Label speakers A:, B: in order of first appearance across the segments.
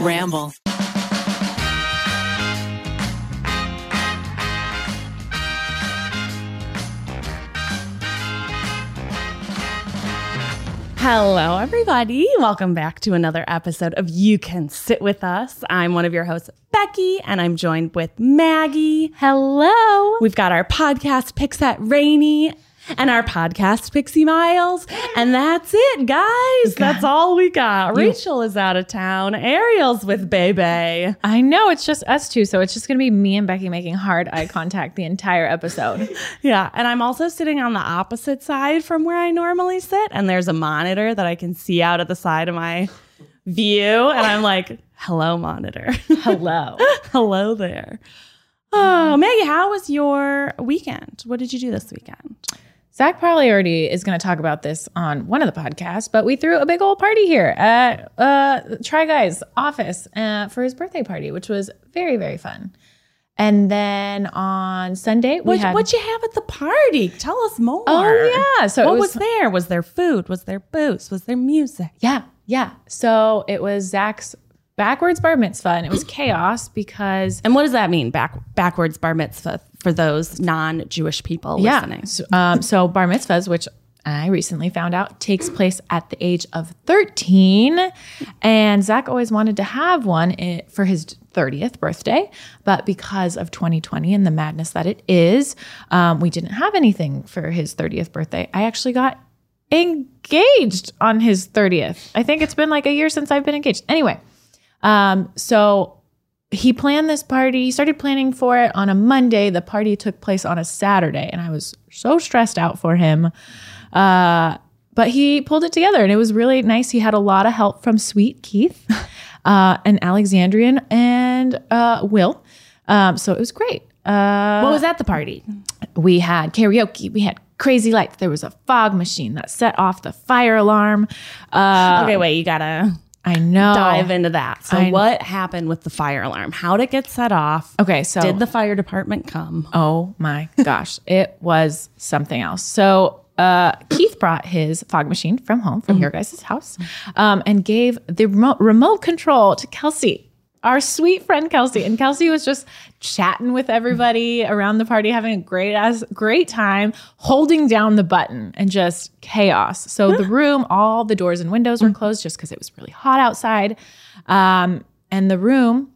A: Ramble.
B: Hello, everybody. Welcome back to another episode of You Can Sit With Us. I'm one of your hosts, Becky, and I'm joined with Maggie.
C: Hello.
B: We've got our podcast picks at Rainy and our podcast Pixie Miles. And that's it, guys. That's all we got. Rachel is out of town. Ariel's with Bebe.
C: I know it's just us two, so it's just gonna be me and Becky making hard eye contact the entire episode.
B: Yeah. And I'm also sitting on the opposite side from where I normally sit. And there's a monitor that I can see out of the side of my view. And I'm like, hello, monitor.
C: Hello.
B: Hello there. Oh, Maggie, how was your weekend? What did you do this weekend?
C: Zach probably already is gonna talk about this on one of the podcasts, but we threw a big old party here at uh Try Guy's office uh, for his birthday party, which was very, very fun. And then on Sunday, we
B: What
C: had
B: what you have at the party? Tell us more.
C: Oh yeah. So it
B: What was,
C: was
B: there? Was there food? Was there booze? Was there music?
C: Yeah, yeah. So it was Zach's backwards bar mitzvah, and it was chaos because
B: And what does that mean? Back backwards bar mitzvah for those non-Jewish people listening.
C: So, um, so bar mitzvahs, which I recently found out takes place at the age of 13. And Zach always wanted to have one i- for his 30th birthday. But because of 2020 and the madness that it is, um, we didn't have anything for his 30th birthday. I actually got engaged on his 30th. I think it's been like a year since I've been engaged. Anyway, um, so he planned this party. He started planning for it on a Monday. The party took place on a Saturday, and I was so stressed out for him. Uh, but he pulled it together, and it was really nice. He had a lot of help from Sweet Keith, uh, an Alexandrian, and uh, Will. Um, so it was great. Uh,
B: What was at the party?
C: we had karaoke. We had crazy lights. There was a fog machine that set off the fire alarm. Uh,
B: okay, wait, you gotta
C: I know.
B: dive into that. So,
C: I-
B: what happened with the fire alarm? How did it get set off?
C: Okay, so
B: Did the fire department come?
C: Oh my gosh, it was something else. So uh, Keith brought his fog machine from home, from your guys' house, um, and gave the remote, remote control to Kelsey, our sweet friend Kelsey. And Kelsey was just chatting with everybody around the party, having a great ass, great time, holding down the button, and just chaos. So the room, all the doors and windows were closed, just because it was really hot outside, um, and the room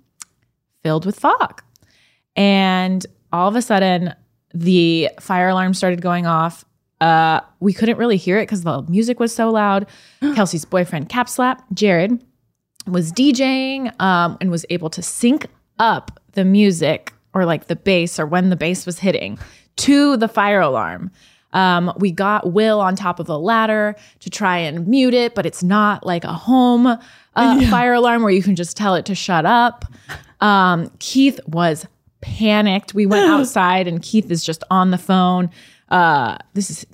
C: filled with fog. And all of a sudden, the fire alarm started going off. Uh, we couldn't really hear it because the music was so loud. Kelsey's boyfriend, Cap Slap, Jared, was DJing um, and was able to sync up the music or like the bass or when the bass was hitting to the fire alarm. Um, we got Will on top of a ladder to try and mute it, but it's not like a home uh, fire alarm where you can just tell it to shut up. Um, Keith was panicked. We went outside and Keith is just on the phone. Uh, this is,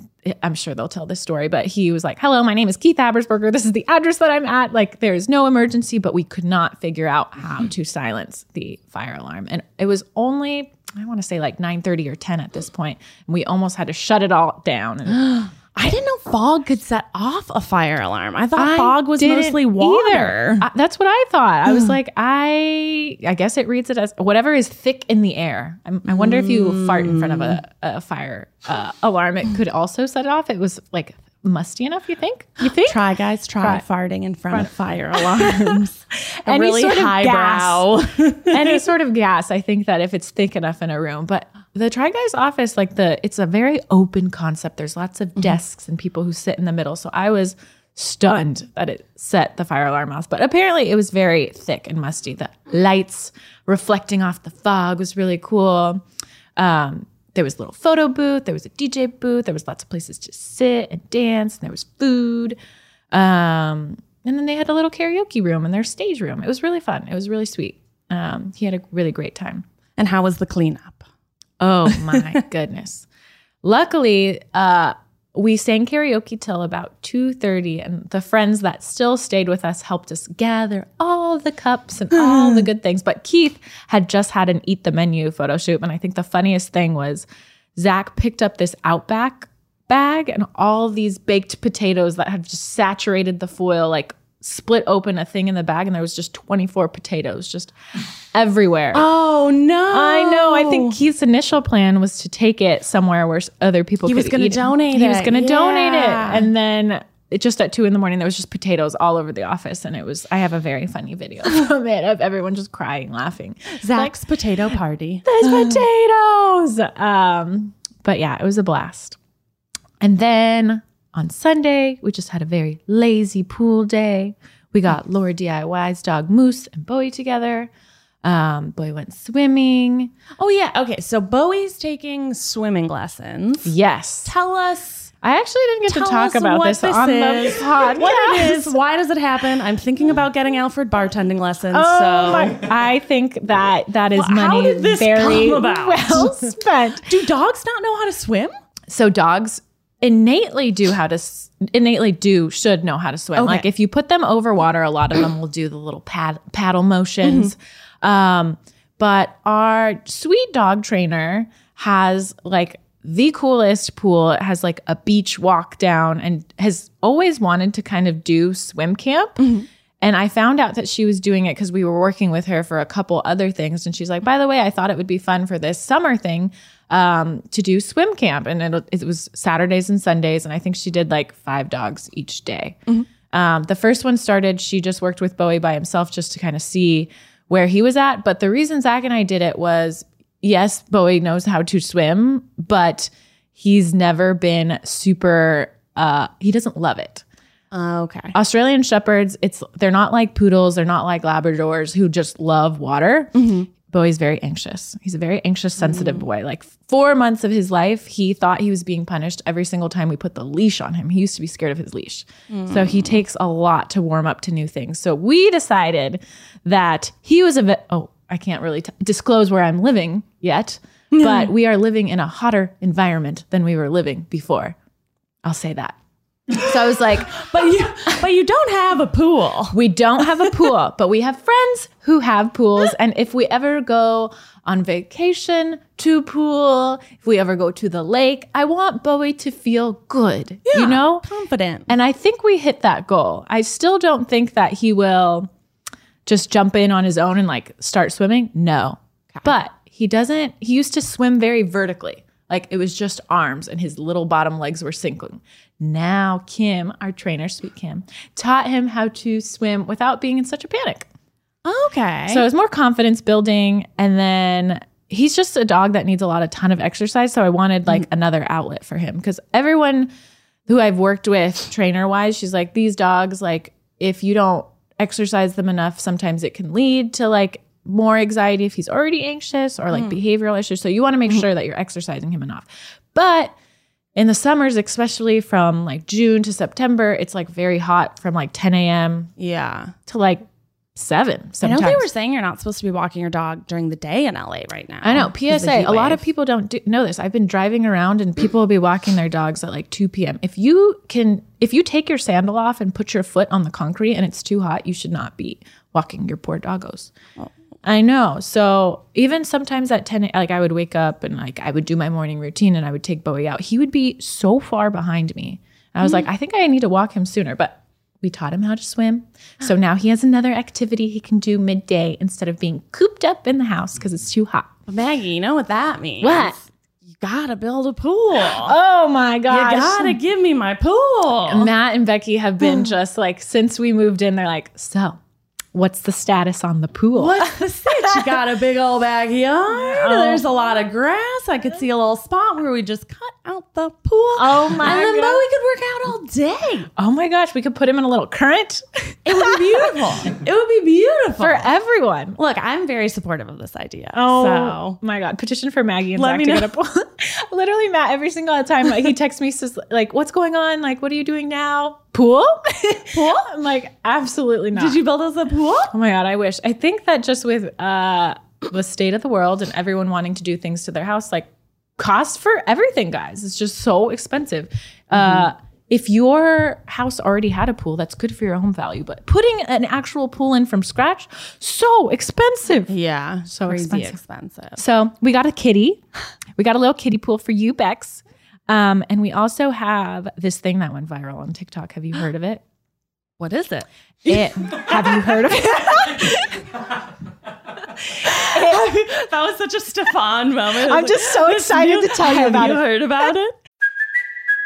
C: I'm sure they'll tell this story, but he was like, Hello, my name is Keith Abersberger. This is the address that I'm at. Like, there is no emergency, but we could not figure out how to silence the fire alarm. And it was only, I want to say like 9:30 or 10 at this point, And we almost had to shut it all down. And
B: I didn't know fog could set off a fire alarm. I thought
C: I
B: fog was
C: didn't
B: mostly
C: either.
B: water.
C: I- that's what I thought. I was like, I I guess it reads it as whatever is thick in the air. I'm, I wonder if you fart in front of a, a fire uh, alarm, it could also set it off. It was like musty enough. You think? You think?
B: Try guys, try, farting in front of fire alarms. A
C: Any
B: really
C: sort of
B: highbrow.
C: Any sort of gas. I think that if it's thick enough in a room, but the Try Guys office, like the, it's a very open concept. There's lots of desks and people who sit in the middle. So I was stunned that it set the fire alarm off, but apparently it was very thick and musty. The lights reflecting off the fog was really cool. Um, there was a little photo booth, there was a DJ booth, there was lots of places to sit and dance, and there was food. Um, and then they had a little karaoke room in their stage room. It was really fun. It was really sweet. Um, he had a really great time.
B: and how was the cleanup?
C: Oh my goodness. Luckily, uh, we sang karaoke till about 2:30 and the friends that still stayed with us helped us gather all the cups and all the good things. But Keith had just had an eat the menu photo shoot and I think the funniest thing was Zach picked up this Outback bag and all these baked potatoes that had just saturated the foil like split open a thing in the bag and there was just 24 potatoes just everywhere.
B: Oh no!
C: I know. I
B: Oh.
C: think Keith's initial plan was to take it somewhere where s- other people.
B: He was
C: could
B: gonna
C: eat
B: donate
C: He was
B: it.
C: going to donate it,
B: Yeah.
C: and then it just at two in the morning there was just potatoes all over the office, and it was. I have a very funny video from it of everyone just crying, laughing.
B: Zach's potato party.
C: There's potatoes. Um, but yeah, it was a blast. And then on Sunday, we just had a very lazy pool day. We got Laura DIY's dog Moose and Bowie together. Um, Bowie went swimming.
B: Oh yeah. Okay. So Bowie's taking swimming lessons.
C: Yes.
B: Tell us.
C: I actually didn't get
B: tell
C: to
B: us
C: talk about
B: what
C: this, on
B: is,
C: the podcast.
B: What it is? Why does it happen? I'm thinking about getting Alfred bartending lessons.
C: Oh
B: so
C: my- I think that that is
B: Well, how
C: money
B: did this
C: very
B: come about?
C: well spent.
B: do dogs not know how to swim?
C: so dogs innately do how to s- innately do should know how to swim.
B: Okay.
C: Like if you put them over water, a lot of them will do the little pad, paddle motions. Um, but our sweet dog trainer has like the coolest pool. It has like a beach walk down and has always wanted to kind of do swim camp. And I found out that she was doing it because we were working with her for a couple other things. And she's like, by the way, I thought it would be fun for this summer thing um, to do swim camp. And it, it was Saturdays and Sundays. And I think she did like five dogs each day. Um, the first one started, she just worked with Bowie by himself just to kind of see where he was at. But the reason Zach and I did it was yes, Bowie knows how to swim, but he's never been super, uh, he doesn't love it.
B: Okay.
C: Australian shepherds, it's they're not like poodles, they're not like labradors who just love water. Bowie's very anxious. He's a very anxious, sensitive boy. Like 4 months of his life, he thought he was being punished every single time we put the leash on him. He used to be scared of his leash. So he takes a lot to warm up to new things. So we decided that he was a ve- oh, I can't really t- disclose where I'm living yet, but we are living in a hotter environment than we were living before. I'll say that. So I was like,
B: But you, but you don't have a pool.
C: we don't have a pool, but we have friends who have pools. And if we ever go on vacation to pool, if we ever go to the lake, I want Bowie to feel good, you know?
B: Confident.
C: And I think we hit that goal. I still don't think that he will just jump in on his own and like start swimming. No. But he doesn't, he used to swim very vertically. Like it was just arms and his little bottom legs were sinking. Now, Kim, our trainer, sweet Kim, taught him how to swim without being in such a panic.
B: okay.
C: So it was more confidence building. And then he's just a dog that needs a lot, a ton of exercise. So I wanted like
B: Mm-hmm.
C: another outlet for him because everyone who I've worked with trainer wise, she's like, these dogs, like, if you don't exercise them enough, sometimes it can lead to like more anxiety if he's already anxious or
B: Mm.
C: like behavioral issues. So you want to
B: Mm-hmm.
C: make sure that you're exercising him enough. But in the summers, especially from like June to September, it's like very hot from like 10 a.m.
B: yeah.
C: to like seven.
B: I know
C: Sometimes.
B: they were saying you're not supposed to be walking your dog during the day in LA right now.
C: I know.
B: 'cause of the
C: PSA.
B: heat
C: A lot of
B: wave.
C: people don't do, know this. I've been driving around and people will be walking their dogs at like 2 p.m. If you can, if you take your sandal off and put your foot on the concrete and it's too hot, you should not be walking your poor doggos.
B: Oh.
C: I know. So even sometimes at 10, like I would wake up and like I would do my morning routine and I would take Bowie out. He would be so far behind me. I was like,
B: Hmm.
C: I think I need to walk him sooner. But we taught him how to swim. So now he has another activity he can do midday instead of being cooped up in the house because it's too hot.
B: But Maggie, you know what that means.
C: What?
B: You gotta build a pool. you
C: Oh my gosh.
B: gotta give me my pool.
C: Matt and Becky have been just like since we moved in, they're like, so what's the status on the pool?
B: What's the sitch? You got a big old backyard. There's a lot of grass. I could see a little spot where we just cut out the pool.
C: Oh my
B: And then
C: God.
B: Bowie could work out all day.
C: Oh my gosh, we could put him in a little current
B: It would be beautiful. it would be beautiful.
C: for everyone.
B: Look, I'm very supportive of this idea.
C: Oh
B: so.
C: my god! Petition for Maggie and
B: Let
C: Zach
B: me
C: to
B: know.
C: get a pool. Literally, Matt. Every single time like, he texts me, says like, "What's going on? Like, what are you doing now? Pool? pool? I'm like, absolutely not.
B: Did you build us a pool?
C: Oh my god, I wish. I think that just with uh the state of the world and everyone wanting to do things to their house, like cost for everything, guys. It's just so expensive. Uh if your house already had a pool, that's good for your home value, but putting an actual pool in from scratch, so expensive.
B: Yeah. So
C: crazy
B: expensive.
C: So we got a kitty. We got a little kitty pool for you, Bex. Um, and we also have this thing that went viral on TikTok. Have you heard of it?
B: What is it?
C: It, have you heard of it?
B: That was such a Stefan moment.
C: I'm just so excited to tell you
B: Have
C: about
B: you
C: it.
B: heard about it?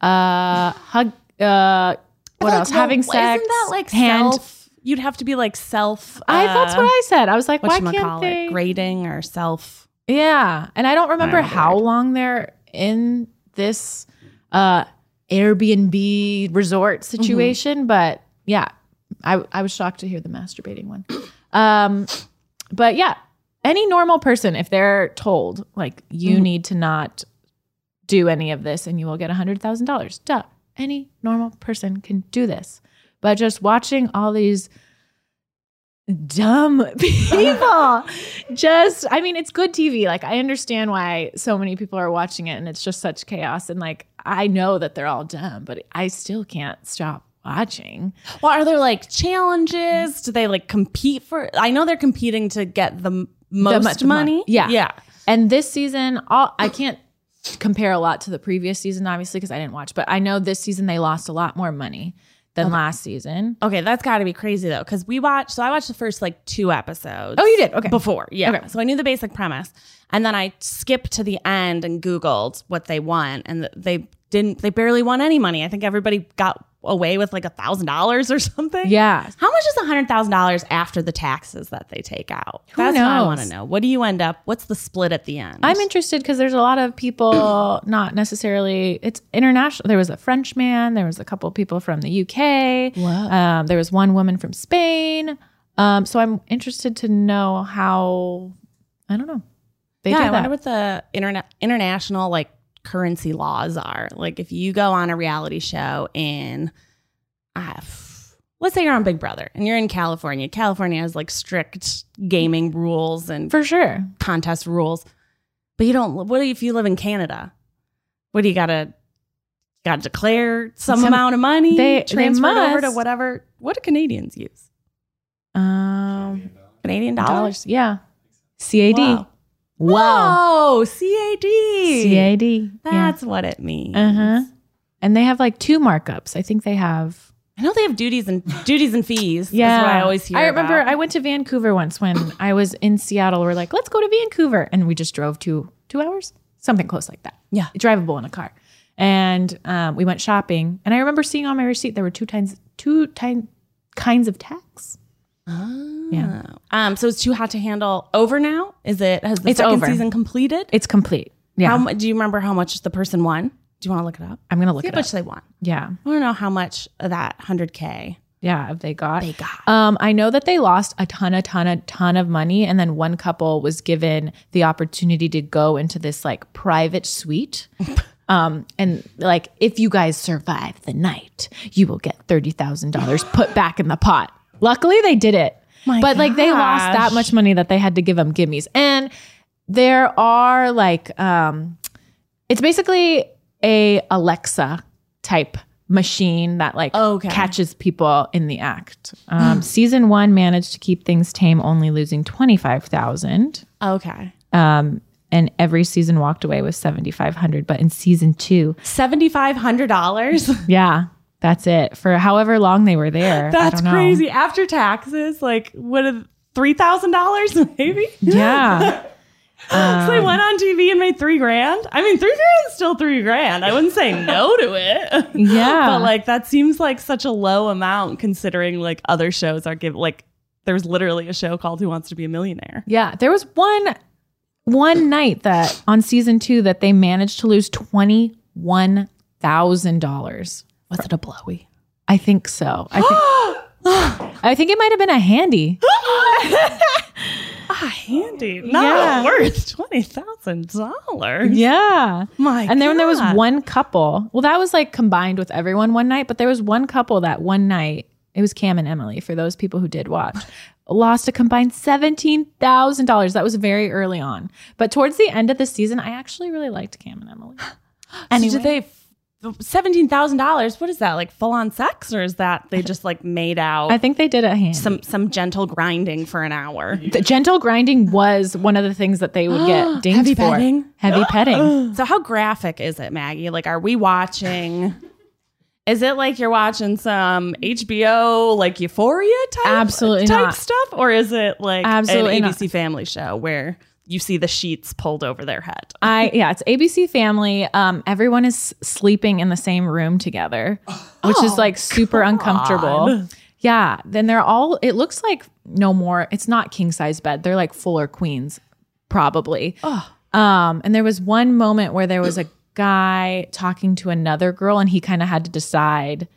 C: uh, hug, uh, what else? Having sex.
B: Isn't that like
C: hand.
B: self? You'd have to be like self. uh,
C: I, that's what I said. I was like, why
B: What
C: can't they?
B: Grading or self?
C: Yeah, and I don't remember
B: remember
C: how long they're in this uh, Airbnb resort situation, but yeah, I I was shocked to hear the masturbating one. Um, but yeah, any normal person, if they're told like you need to not do any of this and you will get hundred thousand dollars, duh, any normal person can do this. But just watching all these dumb people. just, I mean, it's good TV. Like, I understand why so many people are watching it and it's just such chaos. And like, I know that they're all dumb, but I still can't stop watching.
B: Well, are there like challenges? Do they like compete for? I know they're competing to get the m- most
C: much mon-
B: money.
C: yeah.
B: yeah.
C: And this season, all I can't compare a lot to the previous season, obviously, because I didn't watch, but I know this season they lost a lot more money than last season.
B: Okay, that's got to be crazy though, because we watched. So I watched the first like two episodes.
C: Oh, you did? Okay.
B: Before, yeah. So I knew the basic premise, and then I skipped to the end and Googled what they won, and th- they didn't. They barely won any money. I think everybody got away with like a thousand dollars or something.
C: Yeah.
B: How much is a hundred thousand dollars after the taxes that they take out? That's what I
C: knows?
B: want to know. What do you end up? What's the split at the end?
C: I'm interested because there's a lot of people not necessarily. It's international. There was a French man. There was a couple people from the UK. Um, there was one woman from Spain. Um, so I'm interested to know how. I don't know. They
B: yeah,
C: do
B: I
C: that.
B: wonder what the interna- international like currency laws are. Like if you go on a reality show in, uh, f- let's say you're on Big Brother and you're in California. California has like strict gaming rules and
C: For sure.
B: contest rules, but you don't. li- What if you live in Canada? What do you gotta? Got to declare some,
C: Some-
B: amount of money.
C: they- they
B: transfer it over to
C: must.
B: whatever. What do Canadians use?
C: Um,
B: Canadian dollars.
C: dollars. Yeah. CAD.
B: Wow. Whoa, CAD.
C: CAD.
B: That's what it means.
C: Uh huh. And they have like two markups. I think they have.
B: I know they have duties and duties and fees.
C: Yeah,
B: is what I always hear.
C: I remember
B: about.
C: I went to Vancouver once when I was in Seattle. We're like, let's go to Vancouver, and we just drove two two hours, something close like that.
B: Yeah.
C: drivable in a car, and um, we went shopping. And I remember seeing on my receipt there were two times two time, kinds of tax. Yeah,
B: Um, so it's too hot to handle. Over now? Is it? Has the
C: It's
B: second
C: over.
B: season completed?
C: it's complete. Yeah,
B: How mu- do you remember how much the person won? Do you want to look it up?
C: I'm gonna look
B: See
C: it
B: how
C: up.
B: much they won.
C: Yeah,
B: I want to know how much of that hundred k.
C: yeah. Have they got? They
B: got.
C: Um, I know that they lost a ton, a ton, a ton of money, and then one couple was given the opportunity to go into this like private suite. Um, and like, if you guys survive the night, you will get $30,000 put back in the pot. Luckily, they did it.
B: My
C: but like, they lost
B: gosh.
C: that much money that they had to give them gimmies. And there are like, um, it's basically a Alexa type machine that like
B: Oh, Okay.
C: catches people in the act. Um, season one managed to keep things tame, only losing 25,000
B: Okay.
C: um, and every season walked away with 7500 but in season two
B: $7,500.
C: yeah that's it for however long they were there I
B: That's
C: don't know.
B: crazy. After taxes, like, what, a- $3,000 maybe?
C: yeah
B: so
C: Um,
B: they went on TV and made three grand. I mean, three grand's still three grand. I wouldn't say no to it.
C: Yeah.
B: but like that seems like such a low amount considering like other shows are give like there's literally a show called Who Wants to Be a Millionaire.
C: yeah there was one one night that on season two that they managed to lose $21000
B: Was it a blowy?
C: i think so i think i think it might have been a handy
B: Ah, handy. Not
C: Yeah.
B: worth twenty thousand dollars.
C: yeah
B: My
C: and then there was
B: God.
C: one couple. Well, that was like combined with everyone one night, but there was one couple that one night. It was Cam and Emily. For those people who did watch, lost a combined seventeen thousand dollars. That was very early on, but towards the end of the season, I actually really liked Cam and Emily.
B: And did they seventeen thousand dollars? What is that like? Full on sex, or is that they just like made out
C: I think they did a hand.
B: some some gentle grinding for an hour?
C: the gentle grinding was one of the things that they would get dinged
B: Heavy
C: for.
B: petting?
C: Heavy petting.
B: So how graphic is it, Maggie? Like, are we watching? Is it like you're watching some HBO like Euphoria type uh,
C: Absolutely
B: type
C: not.
B: stuff, or is it like
C: Absolutely
B: an
C: not.
B: ABC Family show where you see the sheets pulled over their head?
C: I yeah, it's ABC Family. Um, everyone is sleeping in the same room together, which is like super uncomfortable. Yeah. Then they're all. It looks like no more. It's not king size bed. They're like full or queens, probably. Um, and there was one moment where there was a guy talking to another girl, and he kind of had to decide.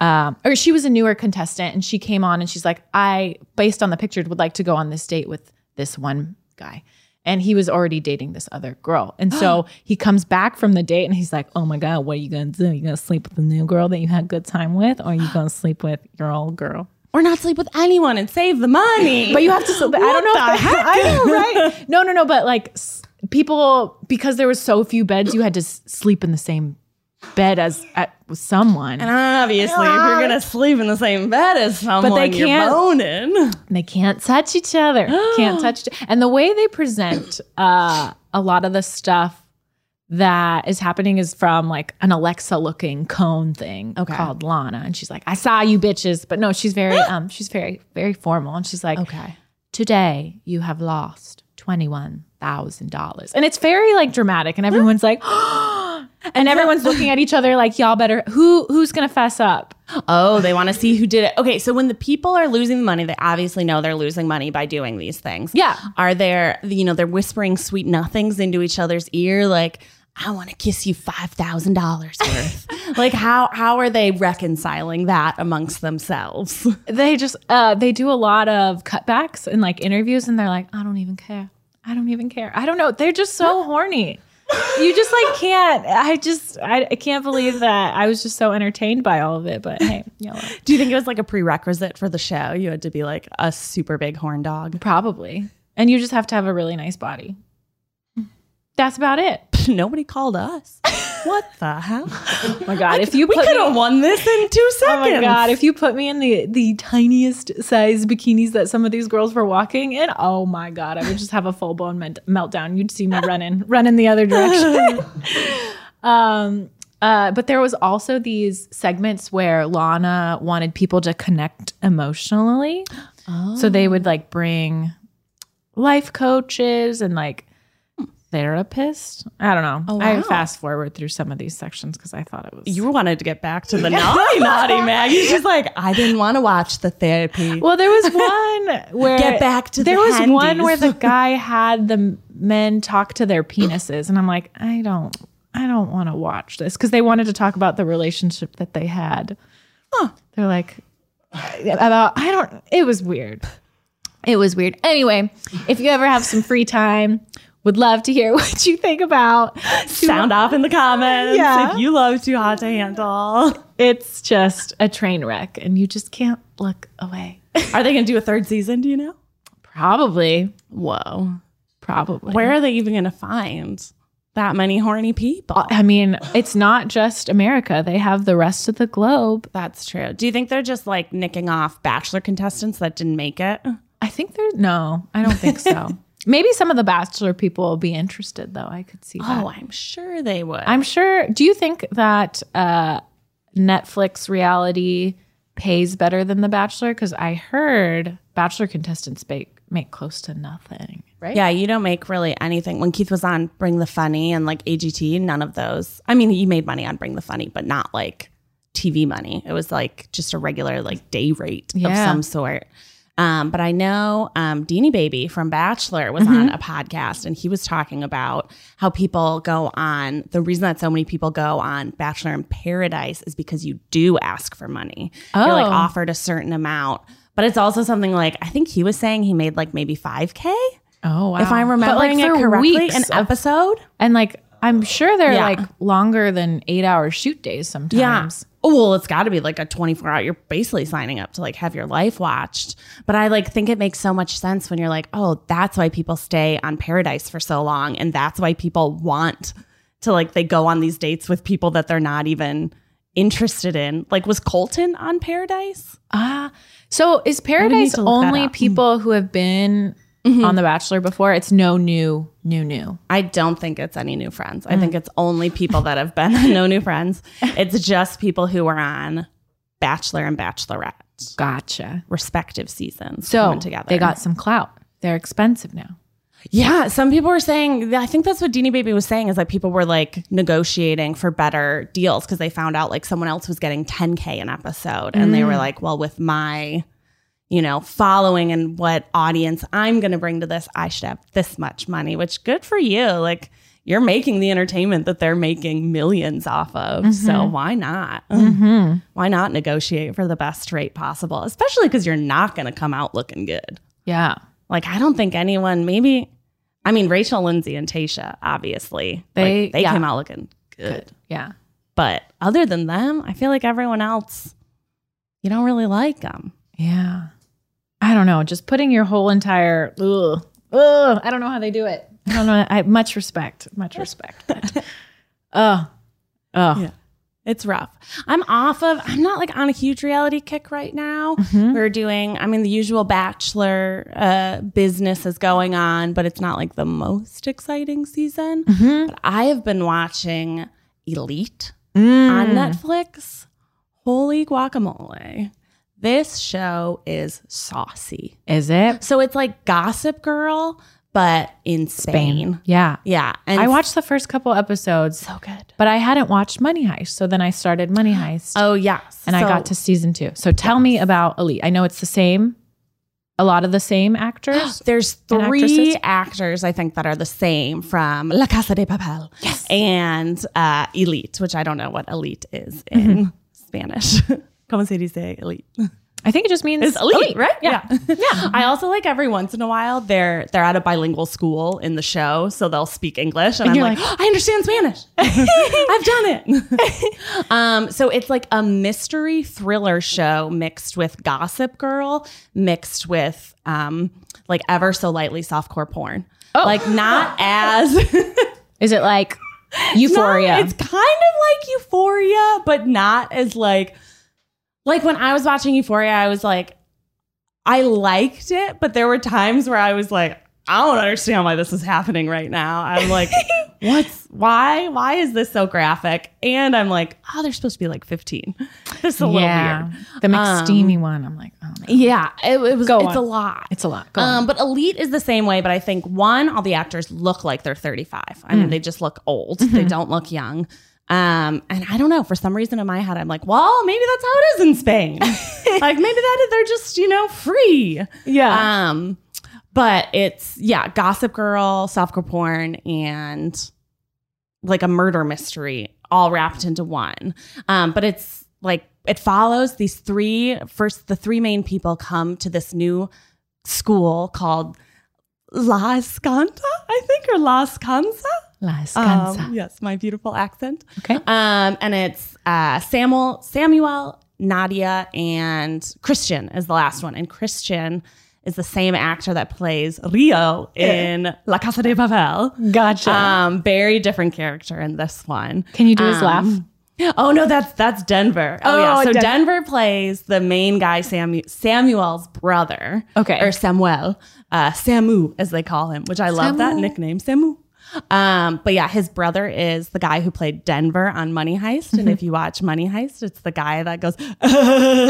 C: Um, or she was a newer contestant, and she came on, and she's like, "I, based on the picture, would like to go on this date with this one guy." And he was already dating this other girl, and so he comes back from the date, and he's like, "Oh my god, what are you gonna do? You gonna sleep with the new girl that you had good time with, or you gonna sleep with your old girl?"
B: Or not sleep with anyone and save the money?
C: But you have to. So, I don't know.
B: the
C: if
B: heck?
C: I know, right? No, no, no. But like s- people, because there was so few beds, you had to s- sleep in the same bed as at, with someone.
B: And obviously, if you're gonna sleep in the same bed as someone,
C: they
B: you're
C: can't-
B: boning.
C: And they can't touch each other. can't touch. And the way they present uh, a lot of the stuff that is happening is from like an Alexa looking cone thing called Lana. And she's like, I saw you bitches. But no, she's very, um, she's very, very formal. And she's like,
B: Okay.
C: today you have lost $21,000. And it's very like dramatic and everyone's like and everyone's looking at each other like y'all better who who's going to fess up?
B: Oh, they want to see who did it. Okay, so when the people are losing the money, they obviously know they're losing money by doing these things.
C: Yeah.
B: Are there, you know, they're whispering sweet nothings into each other's ear like, I want to kiss you $5,000 worth. like how how are they reconciling that amongst themselves?
C: They just uh they do a lot of cutbacks and like interviews and they're like I don't even care. I don't even care. I don't know. They're just so horny. You just like can't. I just I, I can't believe that I was just so entertained by all of it. But hey, YOLO.
B: Do you think it was like a prerequisite for the show? You had to be like a super big horn dog.
C: probably. And you just have to have a really nice body. That's about it.
B: Nobody called us. what the hell?
C: Oh my god! If you
B: We
C: put
B: could
C: me-
B: have won this in 2
C: Oh
B: seconds.
C: my god, if you put me in the the tiniest size bikinis that some of these girls were walking in, oh my god, I would just have a full blown melt- meltdown. You'd see me running, running the other direction. um uh, but there was also these segments where Lana wanted people to connect emotionally. So they would
B: Oh.
C: like bring life coaches and like therapists. I don't know. I
B: Hmm. Oh, wow.
C: fast forward through some of these sections because I thought it was
B: You wanted to get back to the naughty, naughty Maggie. She's like, I didn't want to watch the therapy.
C: Well, there was one where
B: Get back to the
C: there was one
B: handies.
C: where the guy had the men talk to their penises, and I'm like, I don't, I don't want to watch this because they wanted to talk about the relationship that they had. They're like about I don't. It was weird. It was weird. Anyway, if you ever have some free time, Would love to hear what you think about
B: Sound off in the comments
C: Yeah.
B: if you love Too Hot to Handle.
C: It's just a train wreck, and you just can't look away.
B: Are they going to do a third season? Do you know?
C: Probably,
B: Whoa.
C: probably.
B: Where are they even going to find that many horny people?
C: Uh, I mean, it's not just America. They have the rest of the globe.
B: That's true. Do you think they're just like nicking off bachelor contestants that didn't make it?
C: I think there's no. I don't think so. Maybe some of the Bachelor people will be interested, though. I could see that.
B: Oh, I'm sure they would.
C: I'm sure. Do you think that uh, Netflix reality pays better than The Bachelor? Because I heard Bachelor contestants make make close to nothing. Right?
B: yeah, you don't make really anything. When Keith was on Bring the Funny and like AGT, none of those. I mean, he made money on Bring the Funny, but not like TV money. It was like just a regular like day rate of
C: Yeah.
B: some sort. Um, but I know um, Deanie Baby from Bachelor was
C: Mm-hmm.
B: on a podcast and he was talking about how people go on. The reason that so many people go on Bachelor in Paradise is because you do ask for money. You're like
C: Oh.
B: offered a certain amount. But it's also something like I think he was saying he made like maybe 5K
C: Oh wow.
B: if I'm remembering
C: for
B: it correctly,
C: weeks
B: an
C: of-
B: episode.
C: and like I'm sure they're
B: Yeah.
C: like longer than eight hour shoot days sometimes.
B: Oh, well, it's got to be like a 24 hour. You're basically signing up to like have your life watched. But I like think it makes so much sense when you're like, oh, that's why people stay on Paradise for so long. And that's why people want to like, they go on these dates with people that they're not even interested in. Like, was Colton on Paradise?
C: Ah, so is Paradise
B: to look that
C: only
B: up.
C: people who have been on The Bachelor before? It's no new, new, new.
B: I don't think it's any new friends. I think it's only people that have been on No New Friends. It's just people who were on Bachelor and Bachelorette.
C: Gotcha.
B: respective seasons
C: So
B: coming together.
C: they got some clout. They're expensive now.
B: yeah. Some people were saying I think that's what Deanie Baby was saying is that people were like negotiating for better deals because they found out like someone else was getting 10k an episode, and they were like, well, with my you know following and what audience I'm going to bring to this, I should have this much money. Which good for you, like. You're making the entertainment that they're making millions off of. So why not? Why not negotiate for the best rate possible? Especially because you're not going to come out looking good.
C: Yeah.
B: Like, I don't think anyone, maybe, I mean, Rachel Lindsay and Tasha, obviously,
C: They-
B: like, they
C: yeah.
B: came out looking good.
C: Yeah.
B: But other than them, I feel like everyone else, you don't really like them.
C: Yeah. I don't know. Just putting your whole entire ugh, ugh, I don't know how they do it. I don't know. I much respect. Much respect. but- Oh. Oh.
B: Yeah. It's rough. I'm off of, I'm not like on a huge reality kick right now.
C: Mm-hmm.
B: We're doing, I mean, the usual bachelor uh, business is going on, but it's not like the most exciting season.
C: Mm-hmm.
B: But I have been watching Elite
C: Mm.
B: on Netflix. Holy guacamole. This show is saucy.
C: Is it?
B: So it's like Gossip Girl, but in Spain.
C: Yeah.
B: Yeah. And
C: I watched the first couple episodes,
B: so good.
C: but I hadn't watched Money Heist. So then I started Money Heist
B: Oh, yes.
C: and I
B: So-
C: got to season two. So tell me about Elite. I know it's the same, a lot of the same actors.
B: There's
C: And
B: three
C: actresses?
B: actors I think that are the same from La Casa de Papel and uh, Elite, which I don't know what Elite is in Spanish. Como Mm-hmm. se dice Elite?
C: I think it just means
B: It's elite, right?
C: Yeah.
B: yeah. I also like every once in a while they're they're at a bilingual school in the show, so they'll speak English, and,
C: And
B: I'm
C: you're
B: like,
C: like,
B: "Oh, I understand Spanish. I've done it. um, so it's like a mystery thriller show mixed with Gossip Girl, mixed with um, like ever so lightly softcore porn. Like not as
C: Is it like Euphoria?
B: No, it's kind of like Euphoria, but not as like like when I was watching Euphoria, I was like, I liked it, but there were times where I was like, I don't understand why this is happening right now. I'm like, what's why? Why is this so graphic? And I'm like, oh, they're supposed to be like 15. This is a
C: yeah.
B: little weird.
C: The
B: Um,
C: McSteamy one. I'm like, oh, no.
B: Yeah, it, it was.
C: Go
B: it's
C: on.
B: a lot.
C: it's a lot. Go on.
B: Um, but Elite is the same way, but I think one, all the actors look like they're 35. I
C: Mm.
B: mean, they just look old.
C: Mm-hmm.
B: They don't look young. Um, and I don't know, for some reason in my head, I'm like, well, maybe that's how it is in Spain. like maybe that they're just, you know, free.
C: Yeah.
B: Um, but it's yeah, Gossip Girl, softcore porn, and like a murder mystery all wrapped into one. Um, but it's like it follows these three first the three main people come to this new school called La Escanta, I think, or La Escanza.
C: La
B: Um,
C: Escanza.
B: yes, my beautiful accent.
C: Okay.
B: Um, and it's uh, Samuel, Samuel, Nadia, and Christian is the last one. And Christian is the same actor that plays Rio in La Casa de Papel.
C: Eh. gotcha.
B: Um, very different character in this one.
C: Uh, Can you do
B: Um,
C: his laugh?
B: Oh no, that's that's Denver. Oh, yeah,
C: Oh,
B: so
C: Den-
B: Denver plays the main guy, Samu- Samuel's brother.
C: Okay.
B: or Samuel, uh, Samu as they call him, which I love that
C: Samu.
B: nickname, Samu. Um, but yeah, his brother is the guy who played Denver on Money Heist, and if you watch Money Heist, it's the guy that goes.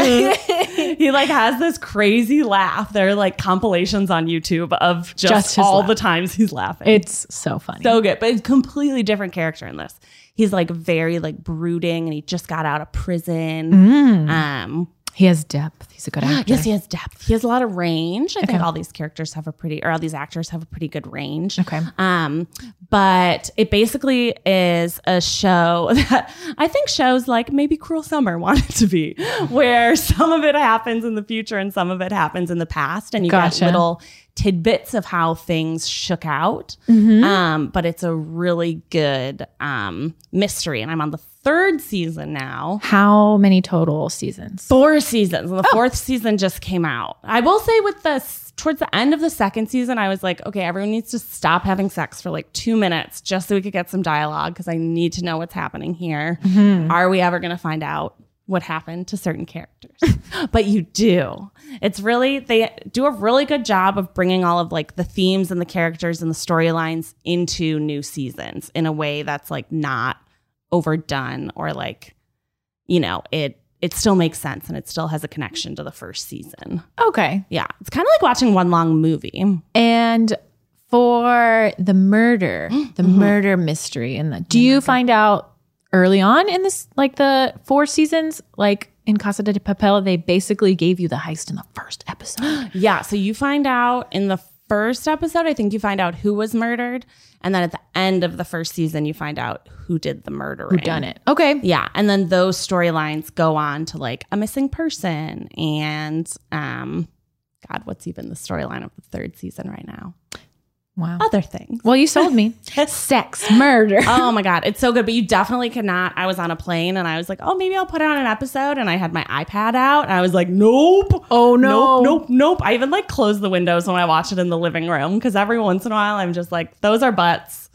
B: he like has this crazy laugh. There are like compilations on YouTube of just,
C: Just his
B: all
C: laugh.
B: the times he's laughing.
C: It's so funny.
B: So good, but it's completely different character in this. He's like very like brooding, and he just got out of prison. Um,
C: he has depth. He's a good actor.
B: yes, he has depth. He has a lot of range. I think all these characters have a pretty, or all these actors have a pretty good range.
C: Okay.
B: Um, but it basically is a show that I think shows like maybe Cruel Summer wanted to be, where some of it happens in the future and some of it happens in the past, and you
C: Gotcha.
B: get little tidbits of how things shook out.
C: Mm-hmm.
B: Um, but it's a really good um, mystery, and I'm on the third season now
C: How many total seasons?
B: four seasons and the fourth season just came out i will say with the towards the end of the second season i was like okay everyone needs to stop having sex for like two minutes just so we could get some dialogue because i need to know what's happening here are we ever going to find out what happened to certain characters but you do it's really they do a really good job of bringing all of like the themes and the characters and the storylines into new seasons in a way that's like not overdone or like you know it it still makes sense and it still has a connection to the first season
C: Okay.
B: yeah it's kind of like watching one long movie
C: And for the murder, the murder mystery, and the, do you find out early on in this, like the four seasons, like in Casa de Papel, they basically gave you the heist in the first episode.
B: yeah so you find out in the first episode i think you find out who was murdered and then at the end of the first season you find out who did the murdering
C: Who done it? Okay.
B: yeah and then those storylines go on to like a missing person and um god what's even the storyline of the third season right now
C: Wow.
B: other things
C: Well, you sold me. Sex, murder.
B: oh my god, it's so good. But you definitely cannot. I was on a plane and I was like, oh, maybe I'll put on an episode. And I had my iPad out and I was like, nope.
C: Oh, no.
B: Nope. Nope. Nope. I even like closed the windows when I watch it in the living room because every once in a while I'm just like, those are butts.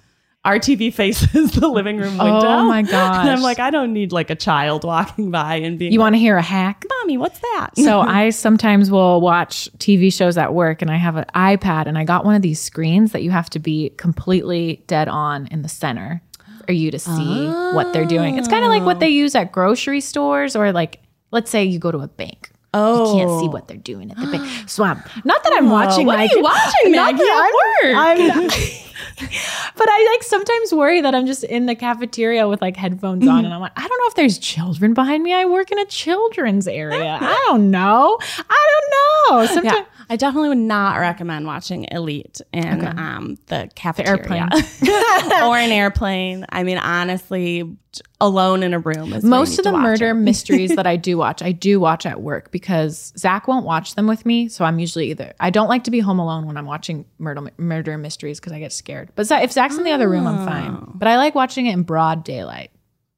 B: Our TV faces the living room
C: Oh,
B: window.
C: my
B: And
C: gosh.
B: I'm like, I don't need like a child walking by and being
C: You
B: like,
C: want to hear a hack?
B: mommy, what's that?
C: So I sometimes will watch TV shows at work and I have an iPad and I got one of these screens that you have to be completely dead on in the center for you to see what they're doing. It's kind of like what they
B: Oh.
C: use at grocery stores or like let's say you go to a bank. You can't see what they're doing at the bank. So I'm, not that I'm watching
B: Oh. what
C: like
B: are you watching,
C: not
B: Maggie?
C: that I'm,
B: At work.
C: I'm- but I like sometimes worry that I'm just in the cafeteria with like headphones
B: Mm-hmm.
C: on and I'm like, I don't know if there's children behind me. I work in a children's area. I don't know. I don't know. Sometimes
B: Yeah, I definitely would not recommend watching Elite in um, the cafeteria
C: airplane.
B: or an airplane. I mean, honestly, j- alone in a room is where you
C: most
B: need
C: of the
B: to watch
C: murder
B: it.
C: mysteries that I do watch, I do watch at work because Zach won't watch them with me. So I'm usually either I don't like to be home alone when I'm watching murder murder mysteries because I get scared. But Zach- if Zach's in the other room, I'm
B: Oh.
C: fine. But I like watching it in broad daylight.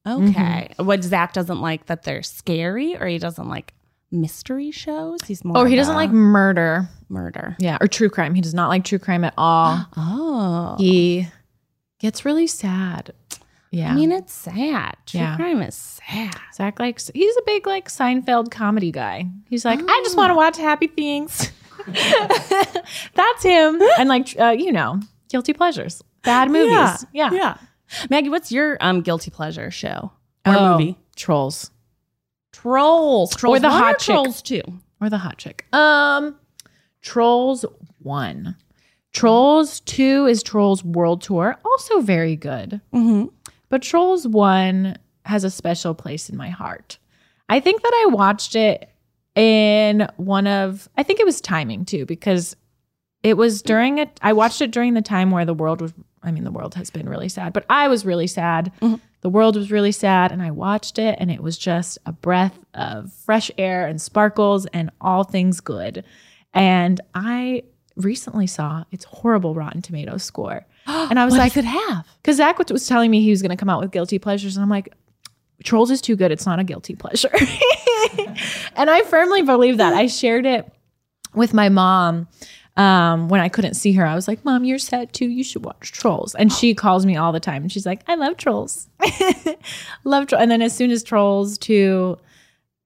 B: Okay,
C: Mm-hmm.
B: what Zach doesn't like that they're scary, or he doesn't like mystery shows. He's more.
C: Or Oh, he
B: of
C: doesn't
B: a
C: like murder.
B: murder.
C: Yeah, or true crime. He does not like true crime at all.
B: Oh,
C: he gets really sad. Yeah.
B: I mean, it's sad. True
C: Yeah.
B: crime is sad.
C: Zach likes he's a big like Seinfeld comedy guy. He's like, I
B: Oh.
C: just want to watch happy things. That's him. And like tr- uh, you know, guilty pleasures. Bad movies. Yeah.
B: yeah, yeah. Maggie, what's your um guilty pleasure show or
C: Oh,
B: movie?
C: Trolls.
B: Trolls, trolls,
C: the
B: one
C: hot chick.
B: trolls too.
C: Or the hot chick. Um Trolls 1. Trolls 2 is Trolls World Tour, also very good.
B: Mm-hmm.
C: But Trolls 1 has a special place in my heart. I think that I watched it in one of, I think it was timing too, because it was during it, I watched it during the time where the world was, I mean, the world has been really sad, but I was really sad.
B: Mm-hmm.
C: The world was really sad, and I watched it, and it was just a breath of fresh air and sparkles and all things good. And I recently saw its horrible Rotten Tomatoes score. And I was
B: What
C: like,
B: does it have?
C: because Zach was- was telling me he was going to come out with guilty pleasures, and I'm like, Trolls is too good. It's not a guilty pleasure. and I firmly believe that. I shared it with my mom um, when I couldn't see her. I was like, Mom, you're sad too. You should watch Trolls. And she calls me all the time, and she's like, I love Trolls. love Trolls. And then as soon as Trolls 2,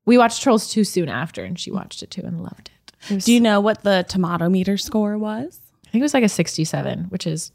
C: we watched Trolls 2 soon after, and she watched it too and loved it. It was-
B: Do you know what the tomato meter score was?
C: I think it was like a 67, which is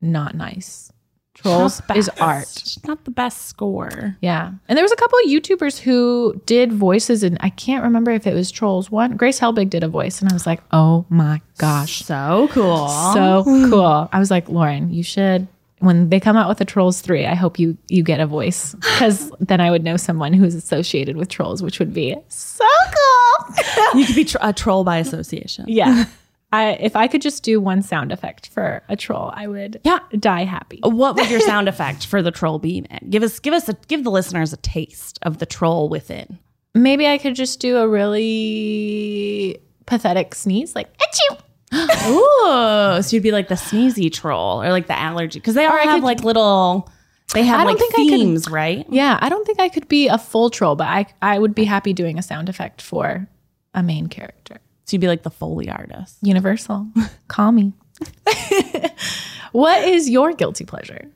C: not nice. Trolls
B: Not
C: is
B: best.
C: art.
B: Not the best score.
C: Yeah. And there was a couple of YouTubers who did voices and I can't remember if it was Trolls One. Grace Helbig did a voice and I was like, oh my gosh.
B: So cool.
C: So cool. I was like, Lauren, you should when they come out with a Trolls 3, I hope you you get a voice. Because then I would know someone who's associated with trolls, which would be so cool.
B: you could be tr- a troll by association.
C: yeah. I if I could just do one sound effect for a troll, I would
B: Yeah.
C: die happy.
B: What would your sound effect for the troll be, man? Give us, give us, a, give the listeners a taste of the troll within.
C: Maybe I could just do a really pathetic sneeze, like achoo.
B: Ooh, so you'd be like the sneezy troll or like the allergy because they all
C: I
B: have
C: could-
B: like little. They have
C: I don't
B: like
C: think I could-
B: themes, right?
C: Yeah, I don't think I could be a full troll, but I I would be happy doing a sound effect for a main character.
B: So you'd be like the foley artist.
C: Universal, call me. what is your guilty pleasure?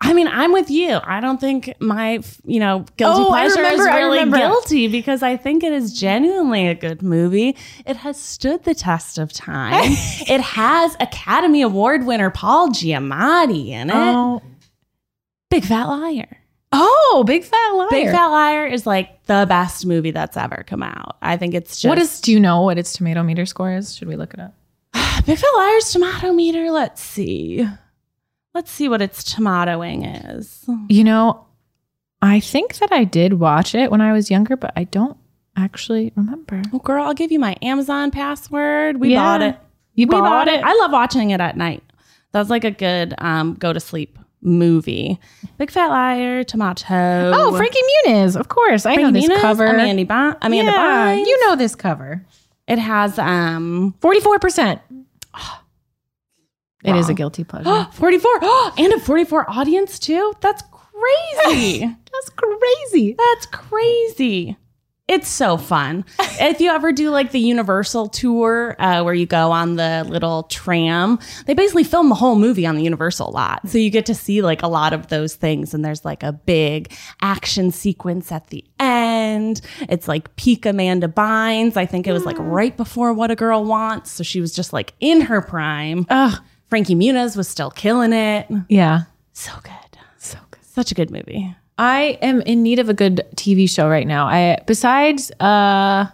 B: I mean, I'm with you. I don't think my, f- you know, guilty
C: Oh, I
B: pleasure
C: remember,
B: is
C: I
B: really
C: remember.
B: guilty because I think it is genuinely a good movie. It has stood the test of time. it has Academy Award winner Paul Giamatti
C: Eh?
B: in it. Big Fat Liar.
C: oh, big fat liar.
B: Big Fat Liar is like the best movie that's ever come out. I think it's just
C: What is? Do you know what its tomato meter score is? Should we look it up?
B: Big Fat Liar's tomato meter? Let's see. Let's see what its tomatoing is.
C: You know, I think that I did watch it when I was younger, but I don't actually remember.
B: Well, girl, I'll give you my Amazon password. We
C: Yeah.
B: bought it.
C: You
B: we bought, it. I love watching it at night. That's like a good um, go to sleep movie. Big Fat Liar, Tomato.
C: Oh, Frankie Muniz, of course. I know
B: Frankie
C: this
B: Muniz,
C: cover.
B: Amanda, bon- Amanda
C: yeah,
B: Bynes.
C: you know this cover.
B: It has um,
C: Forty-four percent. It is a
B: Wrong.
C: guilty pleasure.
B: 44 and a 44 audience too. That's crazy.
C: That's crazy.
B: That's crazy. It's so fun. if you ever do like the Universal tour uh, where you go on the little tram, they basically film the whole movie on the Universal lot. So you get to see like a lot of those things. And there's like a big action sequence at the end. It's like peak Amanda Bynes. I think it was like right before What a Girl Wants. So she was just like in her prime.
C: Ugh.
B: Frankie Muniz was still killing it.
C: Yeah.
B: So good.
C: So good.
B: Such a good movie.
C: I am in need of a good TV show right now. I besides uh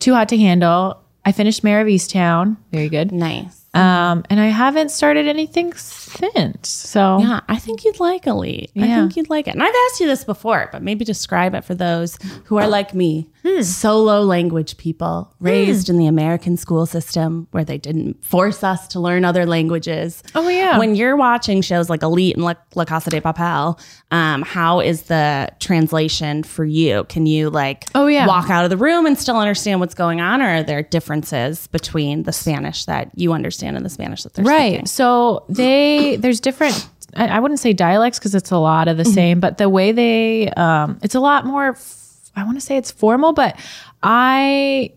C: Too Hot to Handle, I finished Mayor of Easttown. Very good.
B: Nice.
C: Um, and I haven't started anything since. So
B: Yeah, I think you'd like Elite. I
C: Yeah.
B: think you'd like it. And I've asked you this before, but maybe describe it for those who are like me,
C: Hmm.
B: solo language people raised in the American school system where they didn't force us to learn other languages.
C: Oh, yeah.
B: When you're watching shows like Elite and La, La Casa de Papel, um, how is the translation for you? Can you like
C: Oh, yeah.
B: walk out of the room and still understand what's going on, or are there differences between the Spanish that you understand and the Spanish that they're
C: right
B: speaking?
C: so they there's different i, I wouldn't say dialects because it's a lot of the
B: Mm-hmm.
C: same but the way they um it's a lot more f- i want to say it's formal but i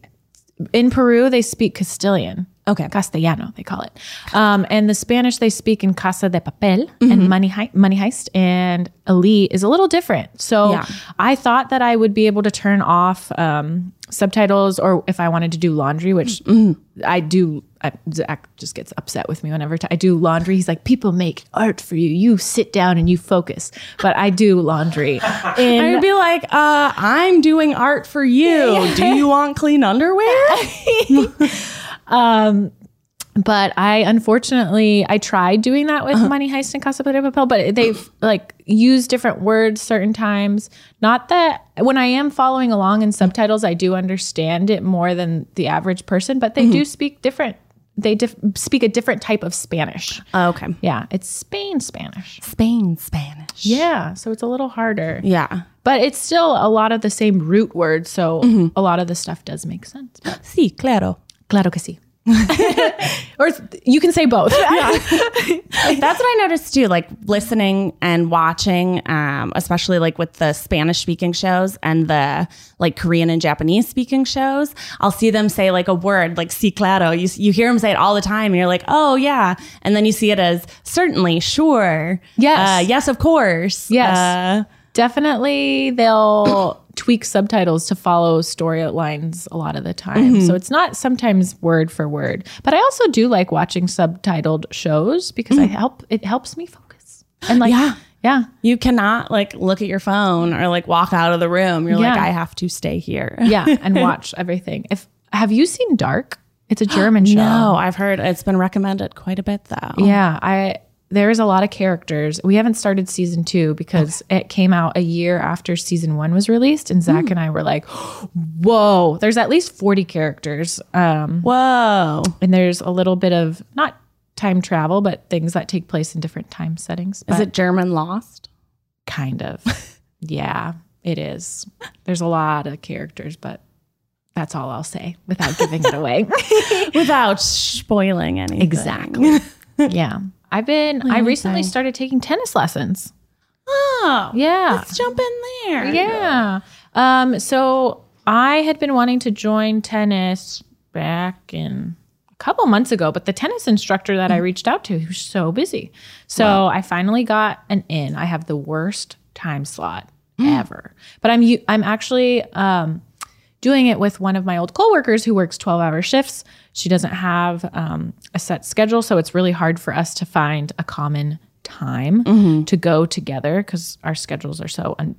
C: in peru they speak castilian
B: Okay.
C: castellano they call it um, and the spanish they speak in casa de papel
B: Mm-hmm.
C: and money, Hei- money heist and elite is a little different so
B: Yeah.
C: i thought that i would be able to turn off um, subtitles or if i wanted to do laundry which I do. I, Zach just gets upset with me whenever t- I do laundry. He's like, "People make art for you. You sit down and you focus." But I do laundry.
B: I would
C: And
B: be like, uh, I'm doing art for you. Do you want clean underwear?
C: but I unfortunately I tried doing that with Money Heist and Casa de Papel, but they've like used different words certain times. Not that when I am following along in subtitles, I do understand it more than the average person, but they do speak different. They dif- speak a different type of Spanish.
B: okay.
C: Yeah, it's Spain Spanish.
B: Spain, Spanish.
C: Yeah, so it's a little harder.
B: Yeah.
C: But it's still a lot of the same root words, so a lot of the stuff does make sense.
B: Si, claro.
C: Claro que sí. or it's- you can say both.
B: That's what I noticed too, like listening and watching, um, especially like with the Spanish speaking shows and the like Korean and Japanese speaking shows. I'll see them say like a word, like si claro. You, you hear them say it all the time and you're like, oh yeah. And then you see it as certainly, sure.
C: Yes.
B: Uh, yes, of course.
C: Yes.
B: Uh,
C: Definitely, they'll tweak subtitles to follow story outlines a lot of the time. So it's not sometimes word for word. But I also do like watching subtitled shows because I help it helps me focus. And like yeah. Yeah.
B: you cannot like look at your phone or like walk out of the room. You're like,
C: Yeah.
B: I have to stay here.
C: Yeah, and watch everything. If have you seen Dark? It's a German show.
B: No, Oh, I've heard it's been recommended quite a bit though.
C: Yeah, I there is a lot of characters. We haven't started season two because it came out a year after season one was released, and Zach and I were like, "Whoa!" There's at least forty characters, um,
B: Whoa.
C: and there's a little bit of not time travel, but things that take place in different time settings.
B: Is
C: but
B: it German Lost?
C: kind of? yeah, it is. There's a lot of characters, but that's all I'll say without giving it away.
B: without spoiling anything.
C: Exactly. yeah, I've been. I recently started taking tennis lessons.
B: Oh,
C: Yeah,
B: let's jump in there.
C: Yeah. Um, so I had been wanting to join tennis back in a couple months ago, but the tennis instructor that I reached out to, he was so busy. So I finally got an in. I have the worst time slot ever. But I'm u- I'm actually um doing it with one of my old coworkers who works 12 hour shifts. She doesn't have um, a set schedule, so it's really hard for us to find a common time to go together because our schedules are so un-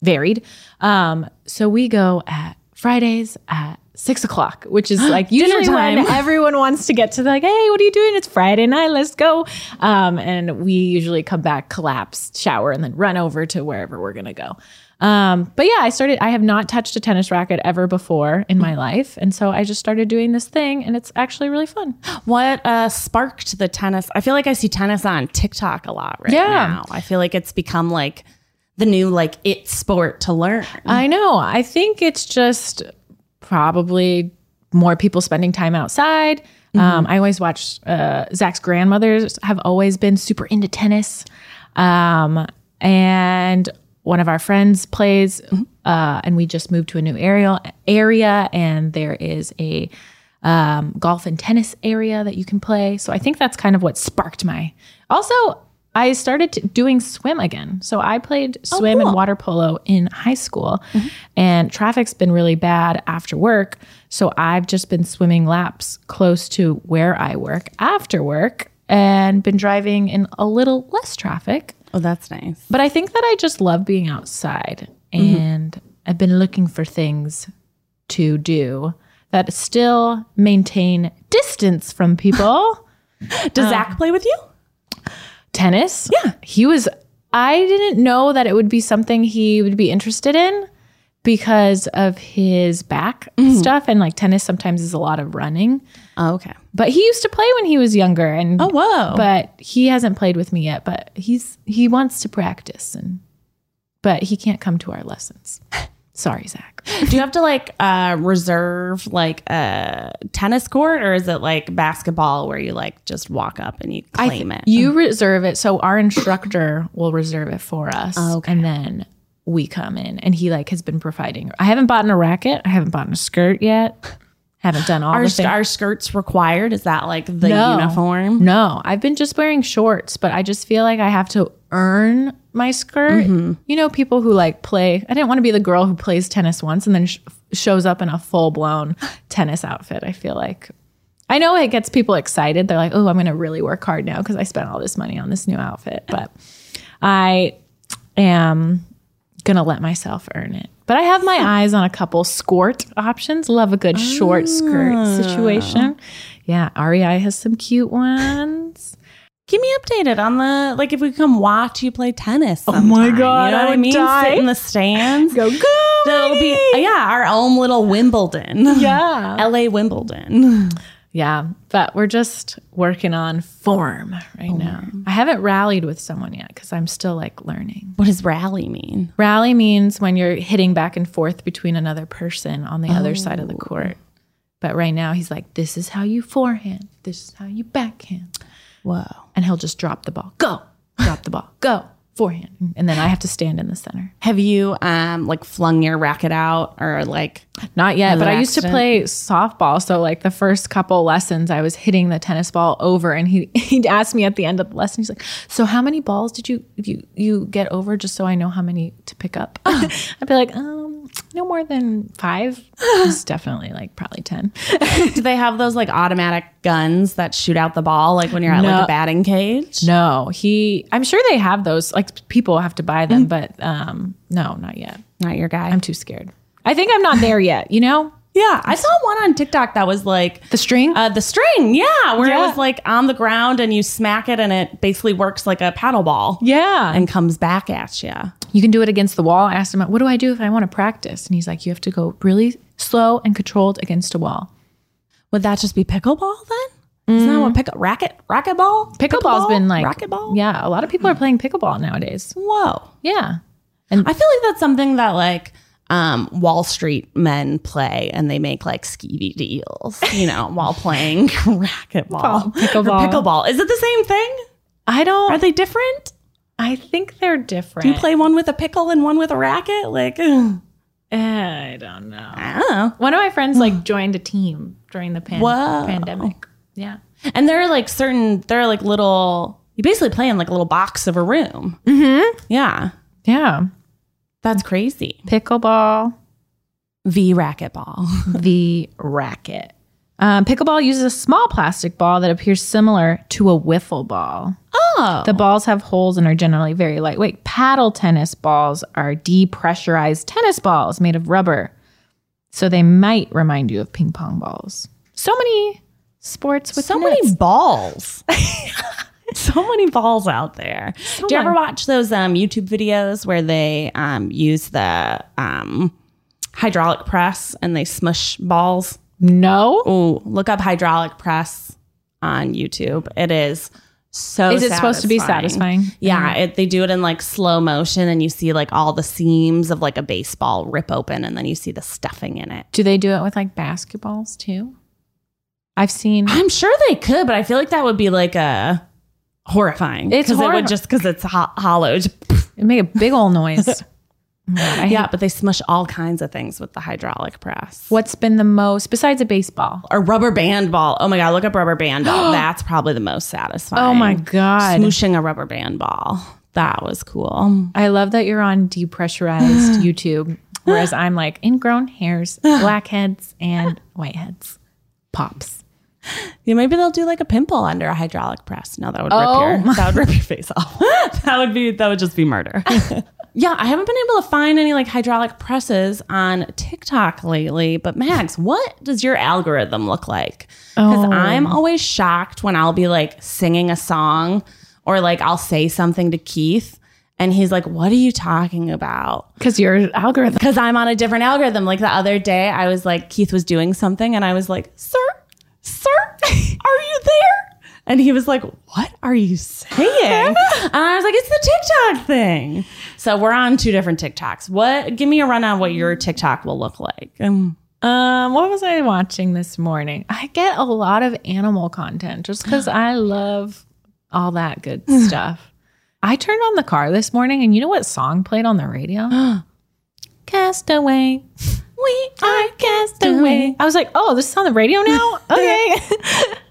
C: varied. Um, so we go at Fridays at six o'clock, which is like usually
B: time.
C: when everyone wants to get to like, hey, what are you doing? It's Friday night, let's go. Um, and we usually come back, collapse, shower, and then run over to wherever we're gonna go. Um, but yeah, I started. I have not touched a tennis racket ever before in my life, and so I just started doing this thing, and it's actually really fun.
B: What uh, sparked the tennis? I feel like I see tennis on TikTok a lot right
C: Yeah.
B: now. I feel like it's become like the new like it sport to learn.
C: I know. I think it's just probably more people spending time outside. Um, I always watch uh, Zach's grandmothers have always been super into tennis, um, and one of our friends plays, uh, and we just moved to a new area area, and there is a um, golf and tennis area that you can play. So I think that's kind of what sparked my. Also, I started t- doing swim again. So I played swim and water polo in high school, and traffic's been really bad after work. So I've just been swimming laps close to where I work after work and been driving in a little less traffic.
B: Oh, that's nice.
C: But I think that I just love being outside and I've been looking for things to do that still maintain distance from people.
B: Does Zach play with you?
C: Tennis? Yeah. He was I didn't know that it would be something he would be interested in because of his back stuff and like tennis sometimes is a lot of running.
B: Oh, okay.
C: But he used to play when he was younger and
B: Oh, whoa.
C: but he hasn't played with me yet but he's he wants to practice and but he can't come to our lessons sorry zach
B: Do you have to like uh, reserve like a tennis court, or is it like basketball where you like just walk up and you claim it?
C: you reserve it so our instructor will reserve it for us and then we come in and he like has been providing i haven't bought a racket i haven't bought a skirt yet haven't done all
B: Are,
C: the things.
B: are skirts required? Is that like the uniform?
C: No, I've been just wearing shorts, but I just feel like I have to earn my skirt.
B: Mm-hmm.
C: You know, people who like play. I didn't want to be the girl who plays tennis once and then sh- shows up in a full blown tennis outfit. I feel like. I know it gets people excited. They're like, oh, I'm going to really work hard now because I spent all this money on this new outfit. But I am going to let myself earn it. But I have my eyes on a couple skort options. Love a good short skirt situation. Yeah, REI has some cute ones.
B: Keep me updated on the like if we come watch you play tennis.
C: Oh my
B: sometime,
C: God,
B: you know
C: I
B: what I
C: would
B: mean?
C: die.
B: Sit in the stands.
C: Go go.
B: That'll be uh, yeah, our own little Wimbledon.
C: Yeah.
B: LA Wimbledon.
C: Yeah, but we're just working on form right now. I haven't rallied with someone yet because I'm still like learning.
B: What does rally mean?
C: Rally means when you're hitting back and forth between another person on the other side of the court. But right now he's like, this is how you forehand, this is how you backhand.
B: Whoa.
C: And he'll just drop the ball, go, drop the ball, go, forehand. And then I have to stand in the center.
B: Have you um like flung your racket out or like
C: Not yet, but I used to
B: accident.
C: play softball. So like the first couple lessons, I was hitting the tennis ball over, and he he'd ask me at the end of the lesson, he's like, "So how many balls did you you you get over? Just so I know how many to pick up." I'd be like, "Um, no more than five. It's definitely like probably ten.
B: do they have those like automatic guns that shoot out the ball like when you're at like
C: No.
B: a batting cage?
C: No, he. I'm sure they have those. Like people have to buy them, but um, no, not yet.
B: Not your guy.
C: I'm too scared. I think I'm not there yet. You know,
B: yeah, I saw one on TikTok that was like
C: the string.
B: uh, the string, yeah, where it
C: Yeah.
B: was like on the ground and you smack it and it basically works like a paddle ball
C: yeah,
B: and comes back at you.
C: you can do it against the wall. I asked him, what do I do if I want to practice? And he's like, you have to go really slow and controlled against a wall.
B: Would that just be pickleball then?
C: Mm-hmm.
B: Isn't that what pick racket racquetball?
C: Pickleball's
B: Pickleball?
C: been like,
B: racquetball. Hmm.
C: yeah, a lot of people are playing pickleball nowadays.
B: Whoa.
C: Yeah.
B: I feel like that's something that like um, Wall Street men play and they make like skeevy deals, you know, while playing racquetball.
C: pickleball.
B: Or pickleball. Is it the same thing?
C: I don't,
B: Are they different?
C: I think they're different.
B: Do you play one with a pickle and one with a racket? Like, ugh,
C: Eh, I don't know.
B: I don't know.
C: One of my friends like joined a team during the pan-
B: Whoa.
C: pandemic. Yeah.
B: And there are like certain, there are like little, you basically play in like a little box of a room. Mm-hmm. Yeah.
C: Yeah.
B: That's crazy.
C: Pickleball.
B: V racquetball.
C: the racket. Um, pickleball uses a small plastic ball that appears similar to a wiffle ball.
B: Oh.
C: The balls have holes and are generally very lightweight. Paddle tennis balls are depressurized tennis balls made of rubber. So they might remind you of ping pong balls. So many sports with
B: so
C: nets.
B: many balls. so many balls out there. Do you ever watch those um, YouTube videos where they um, use the um, hydraulic press and they smush balls?
C: No.
B: Oh, look up hydraulic press on YouTube. It is so.
C: Is it supposed to be satisfying?
B: Yeah, it, they do it in like slow motion, and you see like all the seams of like a baseball rip open, and then you see the stuffing in it.
C: Do they do it with like basketballs too? I've seen.
B: I'm sure they could, but I feel like that would be like a horrifying.
C: It's
B: because it
C: horri-
B: would just because it's ho- hollowed.
C: It make a big old noise. I hate-
B: Yeah, but they smush all kinds of things with the hydraulic press
C: What's been the most besides a baseball?
B: or rubber band ball. Oh my god, look up rubber band ball. That's probably the most satisfying.
C: Oh my god.
B: smooshing a rubber band ball. That was cool.
C: I love that you're on depressurized YouTube, whereas I'm like ingrown hairs, blackheads, and whiteheads, pops.
B: Yeah, maybe they'll do like a pimple under a hydraulic press. No, that would
C: Oh
B: rip your that would rip your face off. that would be that would just be murder. yeah, I haven't been able to find any like hydraulic presses on TikTok lately. But Max, what does your algorithm look like? Because
C: Oh.
B: I'm always shocked when I'll be like singing a song or like I'll say something to Keith and he's like, "What are you talking about?"
C: Because your algorithm.
B: because I'm on a different algorithm. Like the other day, I was like, Keith was doing something, and I was like, Sir, sir, are you there? And he was like, What are you saying? and I was like, It's the TikTok thing. So we're on two different TikToks. What? Give me a rundown of what your TikTok will look like. Um,
C: Um, what was I watching this morning? I get a lot of animal content just because I love all that good stuff. I turned on the car this morning, and you know what song played on the radio? Castaway.
B: we are
C: away. I was like, oh, this is on the radio now? Okay.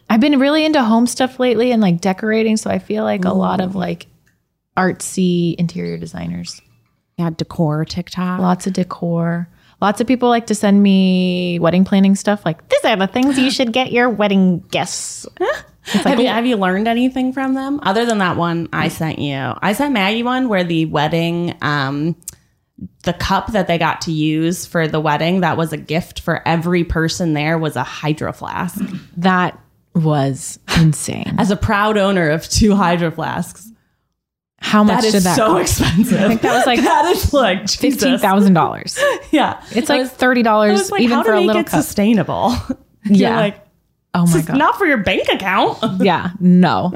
C: I've been really into home stuff lately and like decorating. So I feel like a lot of like artsy interior designers,
B: Yeah, decor TikTok.
C: lots of decor. Lots of people like to send me wedding planning stuff. Like, these are the things you should get your wedding guests.
B: have, you, have you learned anything from them other than that one I sent you? I sent Maggie one where the wedding, um, the cup that they got to use for the wedding that was a gift for every person there was a hydro flask.
C: Mm-hmm. That was insane.
B: As a proud owner of two hydro flasks,
C: How much
B: that
C: did
B: is
C: that
B: so
C: cost?
B: expensive. I think
C: that was like
B: that is like Jesus.
C: $15,000.
B: Yeah,
C: It's like
B: I
C: $30
B: was like,
C: even
B: how
C: for
B: to
C: a
B: make
C: little
B: it
C: cup.
B: sustainable. You're
C: Yeah.
B: like
C: oh my
B: "This is
C: God.
B: not for your bank account.
C: yeah, no.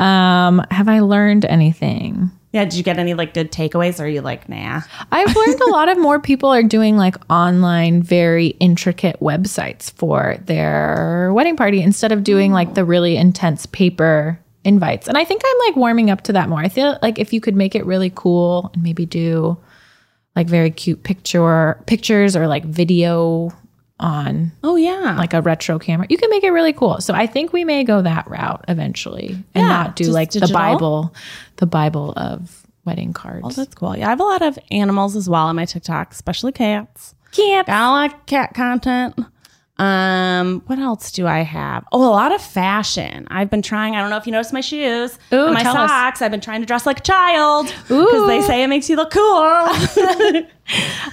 C: Um, have I learned anything?
B: Yeah, did you get any like good takeaways? Or are you like, nah?
C: I've learned a lot of more people are doing like online, very intricate websites for their wedding party instead of doing like the really intense paper invites. And I think I'm like warming up to that more. I feel like if you could make it really cool and maybe do like very cute picture pictures or like video on
B: Oh yeah,
C: like a retro camera, you can make it really cool. So I think we may go that route eventually and
B: Yeah,
C: not do
B: just
C: like the
B: digital.
C: Bible, the Bible of wedding cards.
B: Oh, that's cool. Yeah, I have a lot of animals as well on my TikTok, especially cats.
C: Cats.
B: Got a lot of cat content. Um, what else do I have? Oh, a lot of fashion. I've been trying. I don't know if you noticed my shoes,
C: Ooh,
B: and my
C: tell us.
B: socks. I've been trying to dress like a child because they say it makes you look cool.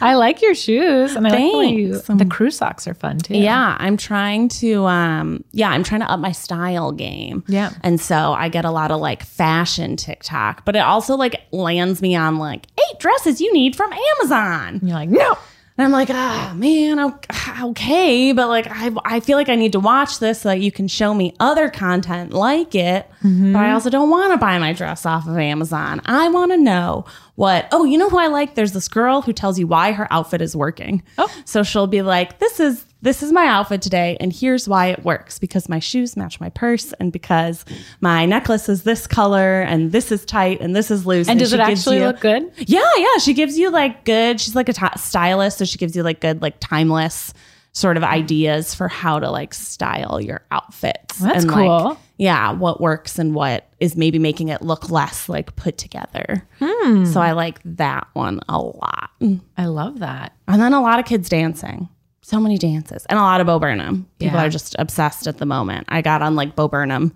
C: I like your shoes, and I like the way you,
B: Thanks.
C: the crew socks are fun too.
B: Yeah, I'm trying to um yeah, I'm trying to up my style game.
C: Yeah.
B: And so I get a lot of like fashion TikTok, but it also like lands me on like eight dresses you need from Amazon.
C: and you're like, no,
B: And I'm like, ah, man, o- ah, okay, but like, I, I feel like I need to watch this so that you can show me other content like it.
C: Mm-hmm.
B: But I also don't want to buy my dress off of Amazon. I want to know what, oh, you know who I like? There's this girl who tells you why her outfit is working.
C: Oh.
B: So she'll be like, this is, this is my outfit today, and here's why it works because my shoes match my purse, and because my necklace is this color, and this is tight, and this is loose.
C: and does
B: she
C: it
B: gives
C: actually
B: you-
C: look good?
B: yeah, yeah. She gives you like good, she's like a ti- stylist. So she gives you like good, like timeless sort of ideas for how to like style your outfits.
C: That's
B: and, like,
C: cool.
B: yeah, what works and what is maybe making it look less like put together.
C: Hmm.
B: So I like that one a lot. And
C: I love that.
B: then a lot of kids dancing. So many dances and a lot of Bo Burnham. People
C: Yeah.
B: are just obsessed at the moment. I got on like Bo Burnham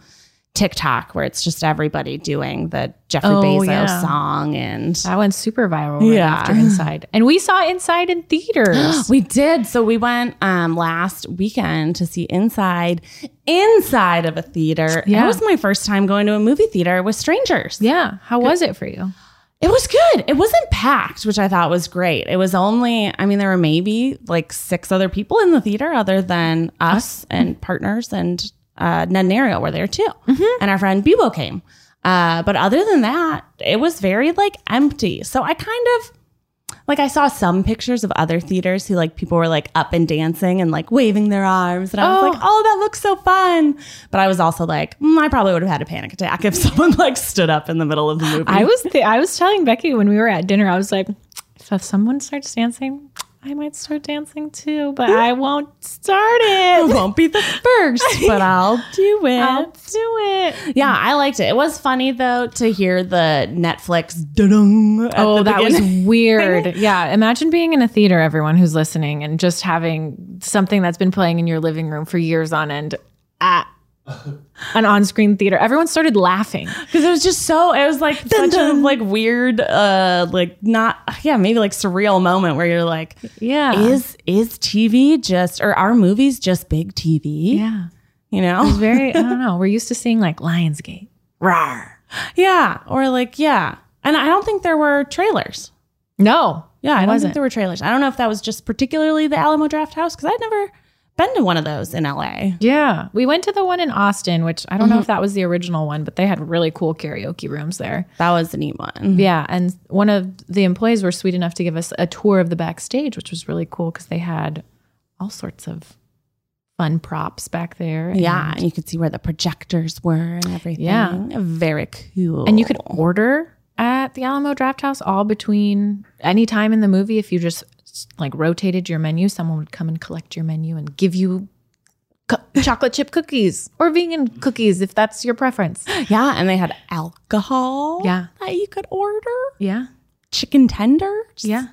B: TikTok where it's just everybody doing the Jeffrey
C: Oh,
B: Bezos
C: yeah.
B: song and
C: That went super viral. Right
B: Yeah.
C: after Inside, and we saw Inside in theaters.
B: We did. So we went um, last weekend to see Inside, inside of a theater.
C: Yeah.
B: That was my first time going to a movie theater with strangers.
C: yeah, how was it for you?
B: It was good. It wasn't packed, which I thought was great. It was only, I mean, there were maybe like six other people in the theater other than us and partners and uh, Ned and Ariel were there too. And our friend Bebo came. Uh, but other than that, it was very like empty. So I kind of like I saw some pictures of other theaters who like people were like up and dancing and like waving their arms, and I was like, "Oh, that looks so fun!" But I was also like, mm, I probably would have had a panic attack if someone like stood up in the middle of the movie.
C: I was th- I was telling Becky when we were at dinner, I was like, so if someone starts dancing, I might start dancing too, but I won't start
B: I
C: it.
B: won't be the first, but I'll do it.
C: I'll do it.
B: yeah, I liked it. It was funny though to hear the Netflix dung.
C: Oh, that was weird. yeah. Imagine being in a theater, everyone who's listening, and just having something that's been playing in your living room for years on end at an on screen theater. Everyone started laughing.
B: because it was just so. It was like such
C: dun.
B: a like weird, uh, like not yeah, maybe like surreal moment where you're like,
C: Yeah.
B: is is TV just or are movies just big TV?
C: yeah.
B: You
C: It's
B: know,
C: very, I don't know. We're used to seeing like Lionsgate.
B: Rawr. yeah, or like yeah, and I don't think there were trailers.
C: No.
B: Yeah, I don't
C: wasn't.
B: think there were trailers. I don't know if that was just particularly the Alamo Draft House because I'd never been to one of those in LA.
C: Yeah. We went to the one in Austin, which I don't know if that was the original one, but they had really cool karaoke rooms there.
B: That was a neat one.
C: Yeah, and one of the employees were sweet enough to give us a tour of the backstage, which was really cool because they had all sorts of fun props back there. and-
B: Yeah, and you could see where the projectors were and everything.
C: Yeah.
B: very cool.
C: and you could order at the Alamo Draft House all between any time in the movie if you just like rotated your menu. Someone would come and collect your menu and give you. cu- chocolate chip cookies or vegan cookies if that's your preference.
B: yeah, and they had alcohol.
C: Yeah.
B: that you could order
C: Yeah.
B: chicken tenders.
C: Yeah.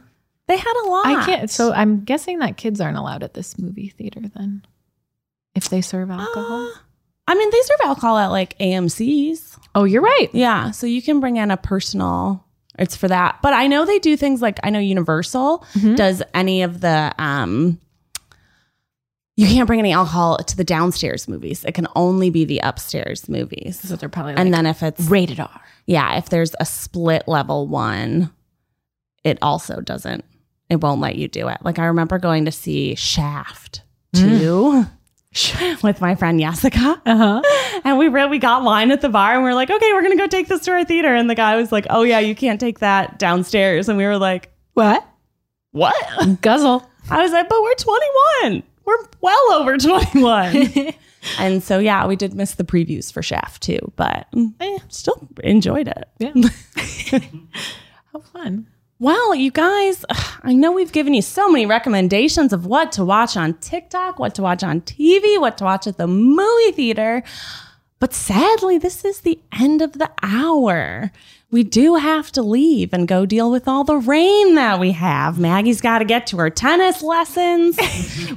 B: they had a lot.
C: I can't. So I'm guessing that kids aren't allowed at this movie theater then, if they serve alcohol.
B: Uh, I mean, they serve alcohol at like AMC's.
C: oh, you're right.
B: Yeah. So you can bring in a personal, it's for that. But I know they do things like, I know Universal does any of the, um, you can't bring any alcohol to the downstairs movies. It can only be the upstairs movies.
C: So they're probably
B: And then if it's,
C: rated R.
B: yeah, if there's a split level one, it also doesn't, it won't let you do it. Like I remember going to see Shaft 2 with my friend Jessica.
C: Uh huh.
B: and we re- we got wine at the bar and we are like, okay, we're gonna go take this to our theater. And the guy was like, oh yeah, you can't take that downstairs. And we were like,
C: What?
B: what?
C: Guzzle.
B: I was like, but we're 21. We're well over 21. and so yeah, we did miss the previews for Shaft too, but mm, eh, still enjoyed it.
C: Yeah. How fun.
B: Well, you guys, ugh, I know we've given you so many recommendations of what to watch on TikTok, what to watch on TV, what to watch at the movie theater. But sadly, this is the end of the hour. We do have to leave and go deal with all the rain that we have. Maggie's got to get to her tennis lessons.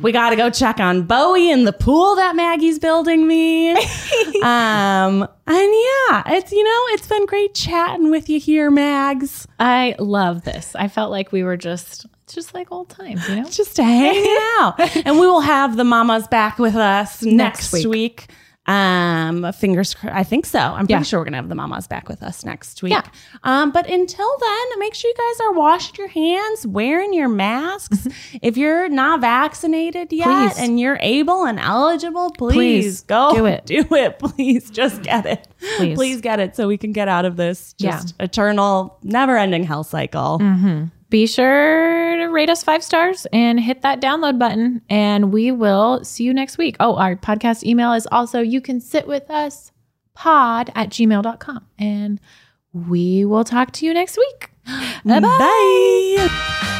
B: we got to go check on Bowie in the pool that Maggie's building me. um, and yeah, it's, you know, it's been great chatting with you here, Mags.
C: I love this. I felt like we were just just like old times, you know?
B: just to hang out. And we will have the mamas back with us next,
C: Next
B: week.
C: week.
B: Um, fingers, cr- I think so. I'm pretty
C: Yeah.
B: sure we're gonna have the mamas back with us next week.
C: Yeah.
B: Um, but until then, make sure you guys are washing your hands, wearing your masks. if you're not vaccinated yet
C: Mm-hmm. Please.
B: and you're able and eligible, please,
C: Please,
B: go
C: do it.
B: Do it, please. Just get it.
C: Please.
B: get it so we can get out of this
C: Yeah. Mm-hmm.
B: just eternal, never-ending hell cycle.
C: Be sure to rate us five stars and hit that download button. And we will see you next week. Oh, our podcast email is also you can sit with us pod at gmail.com. And we will talk to you next week.
B: Bye.